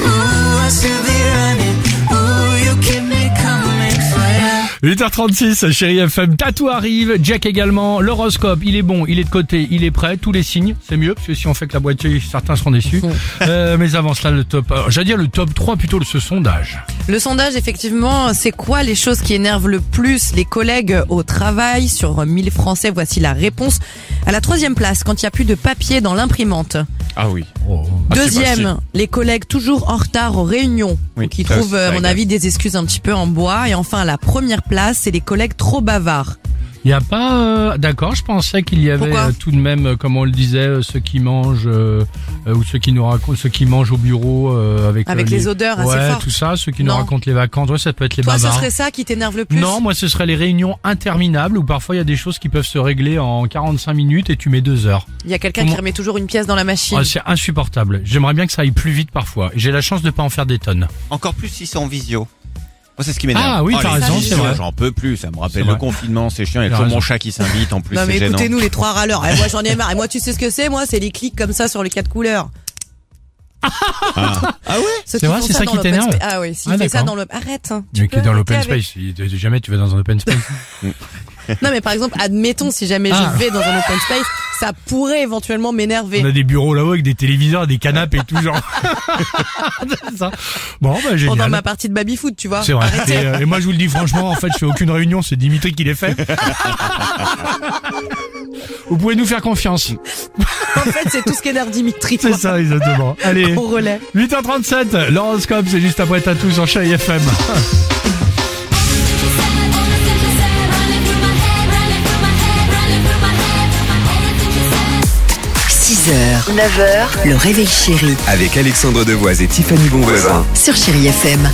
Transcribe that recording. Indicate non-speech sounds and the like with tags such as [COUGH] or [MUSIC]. Ooh, you keep me coming for ya. 8h36, chérie FM, tatou arrive, Jack également, l'horoscope, il est bon, il est de côté, il est prêt, tous les signes, c'est mieux, parce que si on fait que la boîtier, certains [LAUGHS] seront déçus. Euh, mais avant cela, le top, euh, j'allais dire le top 3 plutôt de ce sondage. Le sondage, effectivement, c'est quoi les choses qui énervent le plus les collègues au travail Sur 1000 Français, voici la réponse. À la troisième place, quand il n'y a plus de papier dans l'imprimante. Ah oui. Oh. Deuxième, les collègues toujours en retard aux réunions, Oui, qui ça, trouvent, c'est euh, à vrai, mon quand avis, des excuses un petit peu en bois. Et enfin, à la première place, c'est les collègues trop bavards. Il y a pas, euh, d'accord, je pensais qu'il y avait Pourquoi euh, tout de même, euh, comme on le disait, euh, ceux qui mangent, euh, euh, ou ceux qui nous racontent, ceux qui mangent au bureau, euh, avec, Avec euh, les odeurs assez Ouais, fortes. tout ça, ceux qui nous Non. racontent les vacances, ouais, ça peut être les Toi, ce bavards. serait ça qui t'énerve le plus Non, moi ce serait les réunions interminables où parfois il y a des choses qui peuvent se régler en 45 minutes et tu mets deux heures. Il y a quelqu'un Comment- qui remet toujours une pièce dans la machine. Ah, c'est insupportable. J'aimerais bien que ça aille plus vite parfois. J'ai la chance de pas en faire des tonnes. Encore plus si c'est en visio. Moi, c'est ce qui m'énerve. Ah oui, Oh, t'as les raison, visios, c'est vrai. J'en peux plus. Ça me C'est rappelle vrai. le confinement, c'est chiant. Il y a T'as toujours mon raison. chat qui s'invite en plus. non c'est mais gênant. écoutez-nous les trois râleurs. Eh, moi j'en ai marre. Et moi tu sais ce que c'est Moi c'est les clics comme ça sur les quatre couleurs. Ah. Ah ouais Ceux C'est vrai, font c'est ça dans qui l'open t'énerve spa- Ah oui, s'il Ah, fait ça d'accord. dans le arrête. hein, tu Mais qui est peux dans l'open arrêter avec- space. Il- Jamais tu vas dans un open [LAUGHS] space. Non mais par exemple, admettons si jamais Ah. je vais dans un open space, ça pourrait éventuellement m'énerver. On a des bureaux là-haut avec des téléviseurs, des canapes et tout [LAUGHS] genre. C'est ça. Bon, bah Pendant génial. ma partie de baby foot, tu vois. C'est vrai. Et, euh, et moi je vous le dis franchement, en fait, je fais aucune réunion, c'est Dimitri qui [LAUGHS] les fait. vous pouvez nous faire confiance. En fait, c'est tout ce qu'énerve Dimitri. [LAUGHS] C'est ça exactement. Allez. On relais. 8h37, l'horoscope, c'est juste après Tatou sur Chérie FM. Everything she said, running through my head, running through my head, running through my head. Everything she said. 6h, 9h, le réveil chéri Avec Alexandre Devoise et Tiffany Bonvoisin. sur Chérie FM.